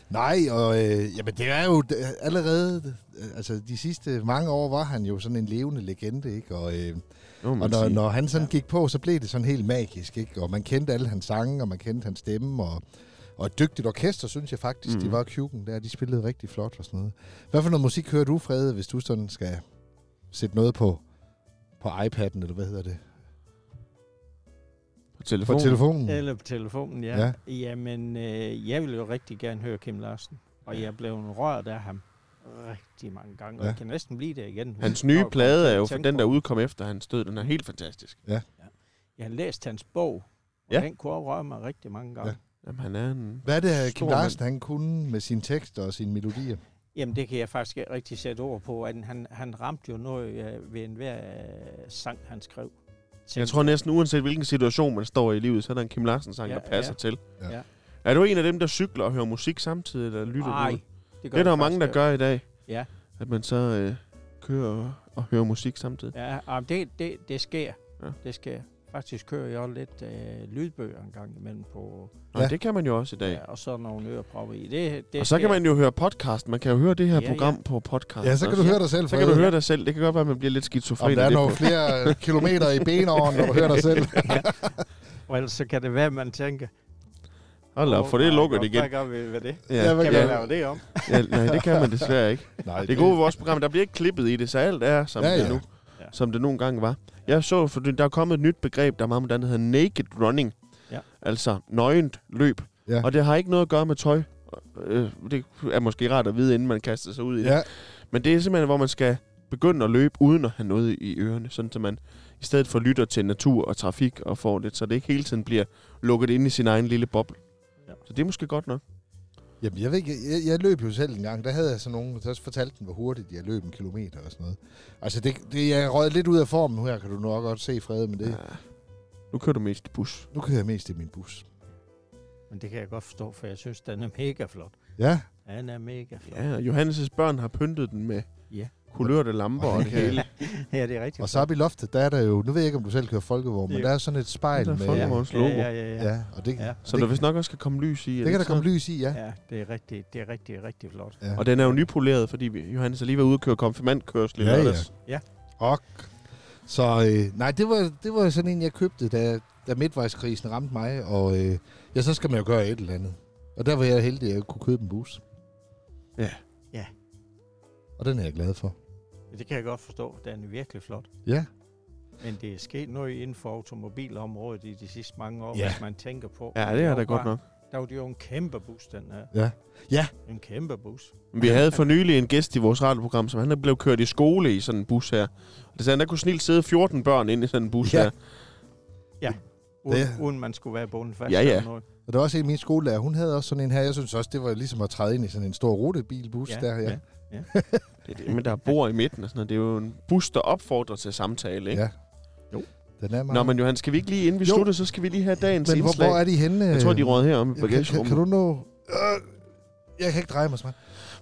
Speaker 2: Nej, og øh, jamen, det er jo d- allerede... øh, Altså, de sidste mange år var han jo sådan en levende legende, ikke? Og, øh,
Speaker 1: Det må man
Speaker 2: og når,
Speaker 1: sige.
Speaker 2: når han sådan
Speaker 3: Ja.
Speaker 2: gik på, så blev det sådan helt magisk, ikke? Og man kendte alle hans sange, og man kendte hans stemme, og, og et dygtigt orkester, synes jeg faktisk, mm. de
Speaker 1: Mhm.
Speaker 2: var Cuban der. De spillede rigtig flot og sådan noget. Hvad for noget musik hører du, Frede, hvis du sådan skal sætte noget på, på iPad'en, eller hvad hedder det?
Speaker 1: På
Speaker 2: På
Speaker 1: telefonen.
Speaker 2: telefonen?
Speaker 3: Eller på telefonen, ja.
Speaker 2: Ja.
Speaker 3: ja. Jamen, øh, jeg vil jo rigtig gerne høre Kim Larsen, og jeg blev rørt af ham rigtig mange gange, og
Speaker 2: Ja.
Speaker 3: jeg kan næsten blive det igen.
Speaker 1: Hans
Speaker 3: Når jeg
Speaker 1: nye
Speaker 3: kommer til
Speaker 1: plade
Speaker 3: at
Speaker 1: er jo for
Speaker 3: tænke
Speaker 1: den,
Speaker 3: på
Speaker 1: der
Speaker 3: det.
Speaker 1: udkom efter hans død. Den er helt fantastisk.
Speaker 3: Jeg har læst hans bog, og ja.
Speaker 1: Ja.
Speaker 3: den kunne også røre mig rigtig mange gange.
Speaker 2: Ja.
Speaker 3: Ja.
Speaker 1: Jamen, han er en...
Speaker 2: Hvad er det, Kim
Speaker 1: Stor
Speaker 2: Larsen han kunne med sine tekster og sine melodier?
Speaker 3: Jamen, det kan jeg faktisk ikke rigtig sætte ord på. At han, han ramte jo noget øh, ved enhver øh, sang, han skrev.
Speaker 1: Jeg tror næsten, uanset hvilken situation man står i livet, så er der en Kim Larsen-sang,
Speaker 3: Ja,
Speaker 1: der passer
Speaker 3: ja.
Speaker 1: til.
Speaker 2: Ja.
Speaker 3: Ja.
Speaker 1: Er du en af dem, der cykler og hører musik samtidig, eller lytter
Speaker 3: Nej,
Speaker 1: noget?
Speaker 3: det
Speaker 1: Det er der jo
Speaker 3: jeg
Speaker 1: mange,
Speaker 3: faktisk
Speaker 1: der gør i dag.
Speaker 3: Ja.
Speaker 1: At man så øh, kører og, og hører musik samtidig.
Speaker 3: Ja, ah, det, det, det sker.
Speaker 1: Ja.
Speaker 3: Det sker. Faktisk kører jeg også lidt øh, lydbøger en gang imellem på,
Speaker 1: Og
Speaker 2: Ja.
Speaker 1: det kan man jo også i dag.
Speaker 3: ja, og så nogle ørepropper i. Det, det
Speaker 1: Og så
Speaker 3: sker.
Speaker 1: kan man jo høre podcast. Man kan jo høre det her
Speaker 3: Ja,
Speaker 1: program
Speaker 3: ja.
Speaker 1: på podcast.
Speaker 2: Ja, så kan du
Speaker 1: også.
Speaker 2: høre dig selv,
Speaker 1: så kan du
Speaker 2: Frede.
Speaker 1: høre dig selv. Det kan godt være, at man bliver lidt skizofren.
Speaker 2: Om der er
Speaker 1: i det
Speaker 2: nogle
Speaker 1: punkt.
Speaker 2: flere øh, kilometer i benåren, når du hører dig selv.
Speaker 3: Og ellers så kan det være, at man tænker...
Speaker 1: Hold op, for det lukker det igen.
Speaker 3: Hvad gør vi ved det?
Speaker 2: Ja,
Speaker 1: Ja,
Speaker 2: hvad
Speaker 3: Kan
Speaker 1: ja,
Speaker 3: vi
Speaker 2: gør-
Speaker 3: lave det om?
Speaker 1: ja, nej, det kan man desværre ikke.
Speaker 2: Nej,
Speaker 1: Det gode ved vores program, der bliver ikke klippet i det, så alt er, som,
Speaker 2: Ja,
Speaker 1: ja, ja.
Speaker 2: ja.
Speaker 1: Det, nu,
Speaker 3: Ja.
Speaker 1: som det nogle gange var. Jeg så, for der er kommet et nyt begreb, der er meget moderne, der hedder naked running.
Speaker 3: Ja.
Speaker 1: Altså nøgent løb.
Speaker 2: Ja.
Speaker 1: Og det har ikke noget at gøre med tøj. Øh, Det er måske rart at vide, inden man kaster sig ud i det.
Speaker 2: Ja,
Speaker 1: Men det er simpelthen, hvor man skal begynde at løbe uden at have noget i ørerne. Sådan, så man i stedet for lytter til natur og trafik og får lidt, så det ikke hele tiden bliver lukket ind i sin egen lille boble.
Speaker 3: Ja.
Speaker 1: Ja. Så det er måske godt nok.
Speaker 2: Jamen, jeg ved ikke, jeg, jeg løb jo selv en gang, der havde jeg sådan nogen, der fortalte den, hvor hurtigt jeg løb en kilometer og sådan noget. Altså, det, det jeg røg lidt ud af formen nu her, kan du nok godt se, Frede, men det, ja.
Speaker 1: Nu kører du mest i bus.
Speaker 2: nu kører jeg mest i min bus.
Speaker 3: Men det kan jeg godt forstå, for jeg synes, den er mega flot.
Speaker 2: Ja,
Speaker 3: Den er mega flot.
Speaker 1: Ja, og Johannes' børn har pyntet den med
Speaker 3: Ja.
Speaker 1: kulørte lamper
Speaker 2: Og
Speaker 1: og
Speaker 2: den
Speaker 1: det
Speaker 2: kan-
Speaker 1: hele.
Speaker 3: ja det er rigtigt.
Speaker 2: og så oppe i loftet, der er der jo, nu ved jeg ikke, om du selv kører folkevogn, men
Speaker 3: Jo.
Speaker 2: der er sådan et spejl
Speaker 1: Der er
Speaker 2: med...
Speaker 1: folkevogn.
Speaker 2: Ja,
Speaker 1: Folkevogns logo.
Speaker 3: Ja, ja, ja. ja.
Speaker 2: ja, og det,
Speaker 3: Ja.
Speaker 2: ja.
Speaker 1: Så der
Speaker 2: det,
Speaker 1: vist nok også kan komme lys i. er
Speaker 2: det kan der
Speaker 1: ikke
Speaker 2: komme
Speaker 1: sådan?
Speaker 2: lys i, ja.
Speaker 3: ja det, er rigtig, det er rigtig, rigtig flot.
Speaker 2: ja.
Speaker 1: Og den er jo nypoleret, fordi vi- Johannes er lige ved at udkøre konfirmandkørsel. i
Speaker 2: Ja,
Speaker 1: lørdags.
Speaker 2: Og, så øh, nej, det var, det var sådan en, jeg købte, da, da midtvejskrisen ramte mig, og øh, ja, så skal man jo gøre et eller andet. Og der var jeg heldig, at jeg kunne købe en bus.
Speaker 1: Ja.
Speaker 3: Ja.
Speaker 2: Og den er jeg glad for.
Speaker 3: Det kan jeg godt forstå. Den er virkelig flot.
Speaker 2: Ja.
Speaker 3: Men det er sket noget inden for automobilområdet i de sidste mange år,
Speaker 2: Ja.
Speaker 3: ja. hvis man tænker på.
Speaker 1: ja, det er
Speaker 3: var
Speaker 1: da godt
Speaker 3: bare-
Speaker 1: nok.
Speaker 3: Der var det jo en kæmpe bus, den her.
Speaker 2: Ja. Ja.
Speaker 3: En kæmpe bus.
Speaker 1: Vi havde for nylig en gæst i vores radioprogram, som han er blevet kørt i skole i sådan en bus her. Og det sagde han, der kunne snilt sidde 14 børn inde i sådan en bus
Speaker 2: Ja.
Speaker 1: ja. her.
Speaker 3: Uden,
Speaker 2: Det-
Speaker 3: uden man skulle være bundet fast.
Speaker 1: Ja, ja.
Speaker 3: eller noget.
Speaker 2: Og der var også en af mine skolelærer, hun havde også sådan en her. Jeg synes også, det var ligesom at træde ind i sådan en stor rutebilbus
Speaker 3: Ja,
Speaker 2: ja, der. Ja.
Speaker 3: ja.
Speaker 2: Ja.
Speaker 1: Det, er det, men der bor i midten og sådan noget. Det er jo en bus, der opfordrer til samtale, ikke?
Speaker 2: Ja.
Speaker 1: Ja.
Speaker 2: Den er meget...
Speaker 1: Nå, men Johan, skal vi ikke lige, inden vi
Speaker 2: Jo.
Speaker 1: slutter, så skal vi lige have dagens
Speaker 2: men hvor,
Speaker 1: indslag.
Speaker 2: hvor er de henne?
Speaker 1: Jeg tror, de
Speaker 2: øh?
Speaker 1: råd heromme i
Speaker 2: kan, kan,
Speaker 1: bagagerummet.
Speaker 2: kan, du nå... Øh, jeg kan ikke dreje mig så meget.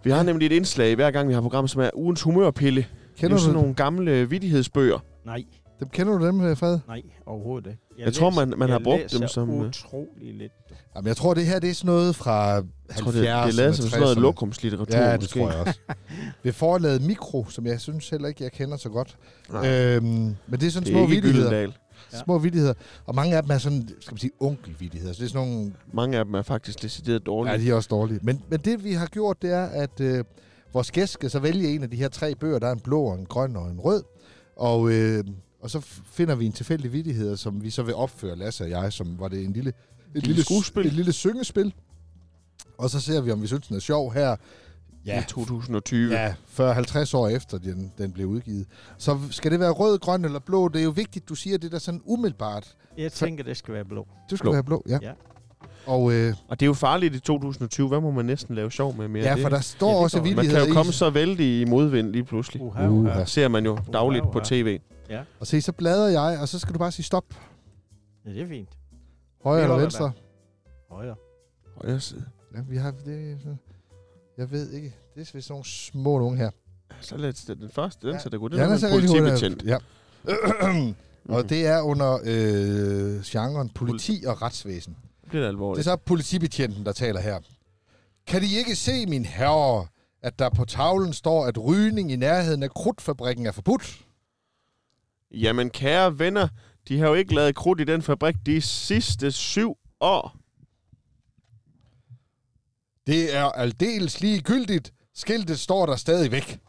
Speaker 1: Vi har nemlig et indslag, hver gang vi har program, som er ugens humørpille. Kender det er
Speaker 2: Kender
Speaker 1: jo
Speaker 2: du
Speaker 1: sådan nogle gamle vittighedsbøger.
Speaker 3: Nej.
Speaker 2: Dem kender du dem, øh, Fred?
Speaker 3: Nej, overhovedet ikke.
Speaker 1: Jeg tror, man- man
Speaker 3: jeg
Speaker 1: har brugt dem
Speaker 3: læser
Speaker 1: som, øh,
Speaker 3: utrolig lidt.
Speaker 2: Jamen, jeg tror, det her det er sådan noget fra 70'erne,
Speaker 1: Jeg tror, det, det er lavet som sådan noget
Speaker 2: 60'erne.
Speaker 1: lokumslitteratur,
Speaker 2: Ja, det
Speaker 1: måske.
Speaker 2: tror jeg også. Ved forlaget Mikro, som jeg synes heller ikke, jeg kender så godt.
Speaker 1: Nej,
Speaker 2: Øhm, men det er sådan
Speaker 1: det
Speaker 2: små
Speaker 1: er ikke
Speaker 2: vittigheder.
Speaker 1: Gyldendal.
Speaker 3: Ja.
Speaker 2: Små vittigheder. Og mange af dem er sådan, skal man sige, onkelvittigheder. Så det er sådan nogle...
Speaker 1: Mange af dem er faktisk decideret dårlige.
Speaker 2: Ja, de er også dårlige. Men, men det, vi har gjort, det er, at øh, vores gæst skal så vælge en af de her tre bøger. Der er en blå, og en grøn og en rød. Og, øh, og så f- finder vi en tilfældig vittighed, som vi så vil opføre, Lasse og jeg, som var det en lille... Et
Speaker 1: lille
Speaker 2: lille s-
Speaker 1: skuespil.
Speaker 2: Et lille syngespil. Og så ser vi, om vi synes, den er sjov her.
Speaker 1: I 2020.
Speaker 2: Ja, 40-50 år efter den, den blev udgivet. Så skal det være rød, grøn eller blå? Det er jo vigtigt, du siger det der sådan umiddelbart.
Speaker 3: Jeg
Speaker 2: Så-
Speaker 3: tænker, det skal være blå.
Speaker 2: Du skal
Speaker 1: Blå.
Speaker 2: blå. være blå, ja.
Speaker 3: Ja.
Speaker 2: Og øh,
Speaker 1: Og det er jo farligt i 2020. Hvad må man næsten lave sjov med mere?
Speaker 2: ja, ja, for
Speaker 1: det,
Speaker 2: der står
Speaker 3: ja, det
Speaker 2: også
Speaker 3: går.
Speaker 1: man
Speaker 3: Man
Speaker 1: kan
Speaker 2: vildigheder
Speaker 1: jo komme
Speaker 2: i. Uh.
Speaker 1: så vældig i modvind lige pludselig.
Speaker 3: Uha,
Speaker 2: Uha.
Speaker 3: uha.
Speaker 1: Det ser man
Speaker 2: Uh,
Speaker 1: jo dagligt på
Speaker 3: uha.
Speaker 1: tv.
Speaker 2: Og se, så bladrer jeg, og så skal du bare sige stop.
Speaker 3: Ja, det er fint.
Speaker 2: Højre
Speaker 3: Det
Speaker 2: eller
Speaker 3: holder
Speaker 2: venstre?
Speaker 3: Højre.
Speaker 1: Højre side.
Speaker 2: Ja, vi har det. så- Jeg ved ikke. Det er vist nogle små nogen her.
Speaker 1: Så lad os den første, den
Speaker 2: Ja.
Speaker 1: så det godt. Det
Speaker 2: Ja,
Speaker 1: er
Speaker 2: den
Speaker 1: nok
Speaker 2: ser
Speaker 1: en
Speaker 2: rigtig god ud.
Speaker 1: politibetjent.
Speaker 2: Ja. Og
Speaker 1: Mhm.
Speaker 2: det er under øh, genren politi og retsvæsen.
Speaker 1: Det bliver da
Speaker 2: Det er
Speaker 1: alvorligt.
Speaker 2: så politibetjenten, der taler her. Kan de ikke se, min herre, at der på tavlen står, at rygning i nærheden af krudtfabrikken er forbudt?
Speaker 1: Jamen, kære venner, de har jo ikke lavet krudt i den fabrik de sidste syv år.
Speaker 2: Det er aldeles ligegyldigt. Skiltet står der stadigvæk.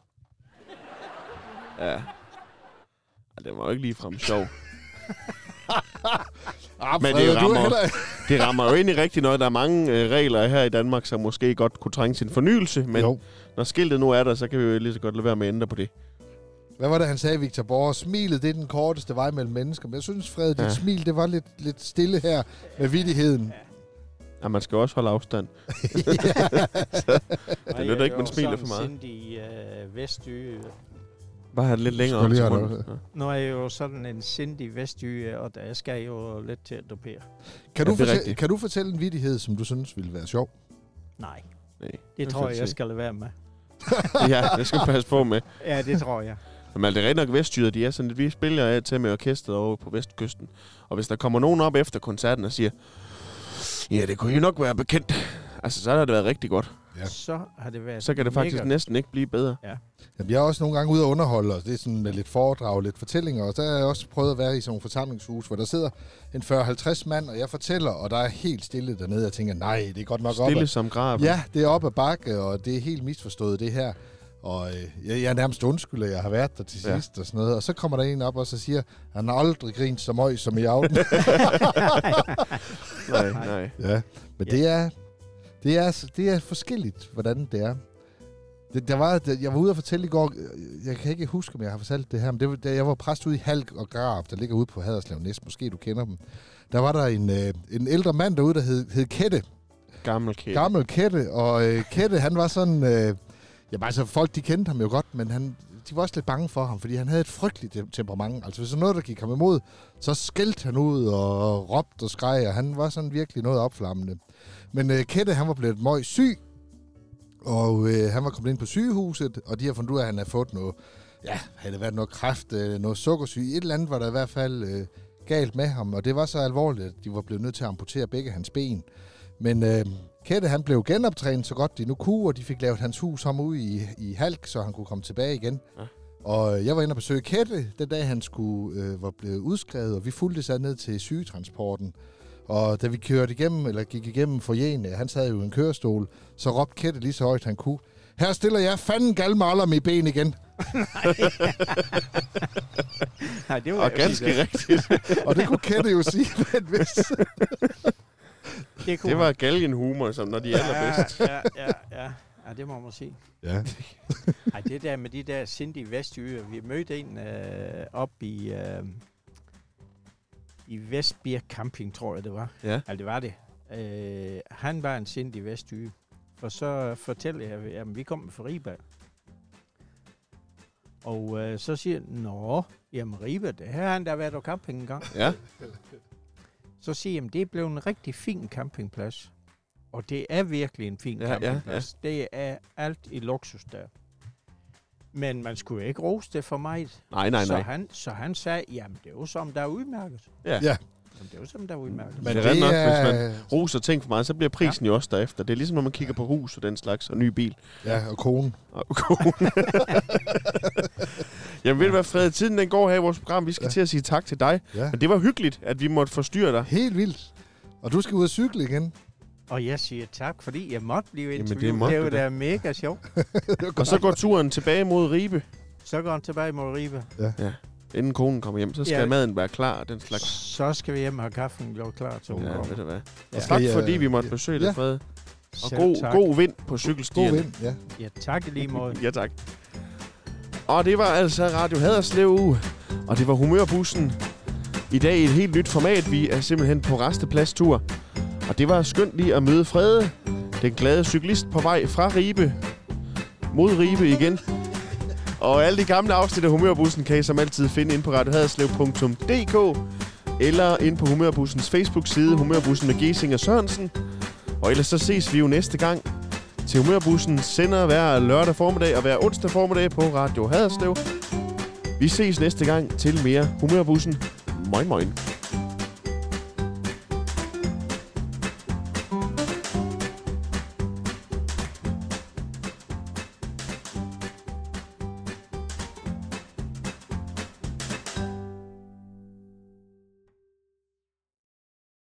Speaker 1: Ja. Ej, Det var jo ikke ligefrem sjov.
Speaker 2: Ah,
Speaker 1: Men
Speaker 2: Frede,
Speaker 1: det
Speaker 2: du er
Speaker 1: rammer-
Speaker 2: heller-
Speaker 1: Det rammer jo ind i rigtigt noget. Der er mange øh, regler her i Danmark, som måske godt kunne trænge sin fornyelse, men jo.
Speaker 2: Jo.
Speaker 1: når skiltet nu er der, så kan vi jo lige så godt lade være med at ændre på det.
Speaker 2: Hvad var det, han sagde, Victor Borger? Smilet, det er den korteste vej mellem mennesker. Men jeg synes, Fred, dit
Speaker 1: Ja.
Speaker 2: smil, det var lidt, lidt stille her med vittigheden.
Speaker 1: Ja, man skal jo også holde afstand.
Speaker 3: Det
Speaker 1: nytter ikke, man smiler for meget.
Speaker 3: Jeg er jo sådan en sindig øh, vestjyde.
Speaker 1: Bare have det lidt længere
Speaker 2: Skal
Speaker 1: om
Speaker 2: lige
Speaker 1: til
Speaker 2: have
Speaker 1: munden. Ja.
Speaker 3: Nu er jeg jo sådan en sindig vestjyde, og der skal jeg jo lidt til at dopere.
Speaker 1: Ja,
Speaker 2: Kan, du
Speaker 1: det er
Speaker 2: fortælle,
Speaker 1: rigtigt.
Speaker 2: kan du fortælle en vittighed, som du synes ville være sjov?
Speaker 3: Nej,
Speaker 1: Nej.
Speaker 3: det
Speaker 1: får vi
Speaker 3: tror jeg,
Speaker 1: se.
Speaker 3: jeg skal lade være med.
Speaker 1: ja, det skal man passe på med.
Speaker 3: Ja, det tror jeg.
Speaker 1: Men det er rigtig nok vestjyder, de er sådan lidt, vi spiller af til med orkestret over på vestkysten. Og hvis der kommer nogen op efter koncerten og siger, ja, det kunne jo nok være bekendt. Altså, så har det været rigtig godt.
Speaker 2: Ja.
Speaker 3: Så har det været
Speaker 1: Så kan det faktisk
Speaker 3: mega-
Speaker 1: næsten ikke blive bedre.
Speaker 2: Jamen, jeg er også nogle gange ude og underholde, og det er sådan med lidt foredrag, lidt fortællinger, og der har jeg også prøvet at være i sådan nogle forsamlingshus, hvor der sidder en 40-50 mand, og jeg fortæller, og der er helt stille dernede, jeg tænker, nej, det er godt nok op.
Speaker 1: Stille som grav.
Speaker 2: Ja, det er op ad bakke, og det er helt misforstået, det her. Og øh, jeg, jeg er nærmest undskylder, jeg har været der til
Speaker 1: Ja.
Speaker 2: sidst og sådan noget. Og så kommer der en op og så siger, han har aldrig grint så høj som i aften.
Speaker 1: Nej, nej.
Speaker 2: ja, men ja. det er... Det er, det er forskelligt, hvordan det er. Det, der var, der, jeg var ude og fortælle i går, øh, jeg kan ikke huske, om jeg har fortalt det her, men det, var- da jeg var præst ude i Halk og Grab, der ligger ude på Haderslev Næst, måske du kender dem. Der var der en, øh, en ældre mand derude, der hed, hed Kette,
Speaker 1: Gammel kæde.
Speaker 2: gammel Kette, og øh, Kette, han var sådan... Øh, jamen altså, folk de kendte ham jo godt, men han, de var også lidt bange for ham, fordi han havde et frygteligt tem- temperament. Altså, hvis der var noget, der gik ham imod, så skældte han ud og råbte og skreg, og han var sådan virkelig noget opflammende. Men øh, Kette, han var blevet møg syg, og øh, han var kommet ind på sygehuset, og de har fundet ud af, at han havde fået noget... Ja, havde det været noget kræft, øh, noget sukkersyge, et eller andet var der i hvert fald øh, galt med ham, og det var så alvorligt, at de var blevet nødt til at amputere begge hans ben. Men øh, Kette han blev genoptrænet så godt de nu kunne, og de fik lavet hans hus ham ud i, i Halk, så han kunne komme tilbage igen.
Speaker 1: Ja.
Speaker 2: Ja. Og øh, jeg var inde og besøge Kette, den dag han skulle, øh, var blevet udskrevet, og vi fulgte så ned til sygetransporten. Og da vi kørte igennem, eller gik igennem forjen, han sad jo i en kørestol, så råbte Kette lige så højt han kunne, her stiller jeg fanden galmaller med ben igen.
Speaker 3: Nej, det var
Speaker 1: Og
Speaker 3: jo
Speaker 1: ganske
Speaker 3: det.
Speaker 1: rigtigt.
Speaker 2: Og det kunne Kette jo sige, men hvis...
Speaker 3: Det, kunne
Speaker 1: Det
Speaker 3: man.
Speaker 1: var galgenhumor, som når de er allerbedst.
Speaker 3: ja, ja, ja, ja. ja, det må man sige.
Speaker 2: Ja.
Speaker 3: Ej, det der med de der sindige vestjyder. Vi mødte en øh, op i, øh, i Vestbjerg Camping, tror jeg det var.
Speaker 1: Ja.
Speaker 3: Altså, det var det. Øh, han var en sindig vestjyde. Og så fortæller jeg, at vi kom fra Riba. Og øh, så siger han, Nå, jamen Riba, det her har han da været på camping en gang.
Speaker 1: Ja.
Speaker 3: Så siger jeg, at det blev en rigtig fin campingplads. Og det er virkelig en fin
Speaker 1: Ja,
Speaker 3: ja,
Speaker 1: ja,
Speaker 3: campingplads. Ja, ja. Det er alt i luksus der. Men man skulle jo ikke rose det for meget.
Speaker 1: Nej, nej,
Speaker 3: Så
Speaker 1: nej.
Speaker 3: han, så han sagde, jamen det er jo som, der er udmærket.
Speaker 1: Ja.
Speaker 2: Ja.
Speaker 3: Jamen, det er jo som, der er udmærket.
Speaker 1: Men det er ret nok, hvis Rus og ting for mig, så bliver prisen ja. jo også derefter. Det er ligesom, når man kigger på hus og den slags, og ny bil.
Speaker 2: Ja, og konen.
Speaker 1: Og kone. Jamen ved du hvad, Fred, tiden den går her i vores program. Vi skal ja.
Speaker 2: Ja.
Speaker 1: til at sige tak til dig.
Speaker 2: Ja.
Speaker 1: Men det var hyggeligt, at vi måtte forstyrre dig.
Speaker 2: Helt vildt. Og du skal ud og cykle igen.
Speaker 3: Og jeg siger tak, fordi jeg måtte blive
Speaker 1: Jamen, det
Speaker 3: interviewet. Jamen,
Speaker 1: måtte
Speaker 3: det, er jo
Speaker 1: du da.
Speaker 3: da mega sjovt.
Speaker 1: Og så går turen tilbage mod Ribe.
Speaker 3: Så går han tilbage mod Ribe.
Speaker 1: Inden konen kommer hjem, så skal ja.
Speaker 3: Ja.
Speaker 1: maden være klar og den slags.
Speaker 3: Så skal vi hjem og have kaffen gjort klar til hun
Speaker 1: Ja,
Speaker 3: kommer.
Speaker 1: ved du hvad.
Speaker 3: Ja.
Speaker 1: Tak
Speaker 2: Skal I,
Speaker 1: fordi
Speaker 2: øh,
Speaker 1: vi måtte besøge dig,
Speaker 2: ja.
Speaker 1: Fred. Og
Speaker 3: Selv
Speaker 1: god,
Speaker 3: tak.
Speaker 1: god vind på
Speaker 2: God
Speaker 1: cykelstierne.
Speaker 2: vind, ja.
Speaker 3: Ja, tak i lige måde.
Speaker 1: Ja, tak. Og det var altså Radio Haderslev, og det var Humørbussen. I dag i et helt nyt format. Vi er simpelthen på restepladstur. Og det var skønt lige at møde Frede, den glade cyklist på vej fra Ribe mod Ribe igen. Og alle de gamle afsnit af Humørbussen kan I som altid finde ind på radiohaderslev.dk eller ind på Humørbussens Facebook-side, Humørbussen med Gesing og Sørensen. Og ellers så ses vi jo næste gang til Humørbussen sender hver lørdag formiddag og hver onsdag formiddag på Radio Haderslev. Vi ses næste gang til mere Humørbussen. Moin moin.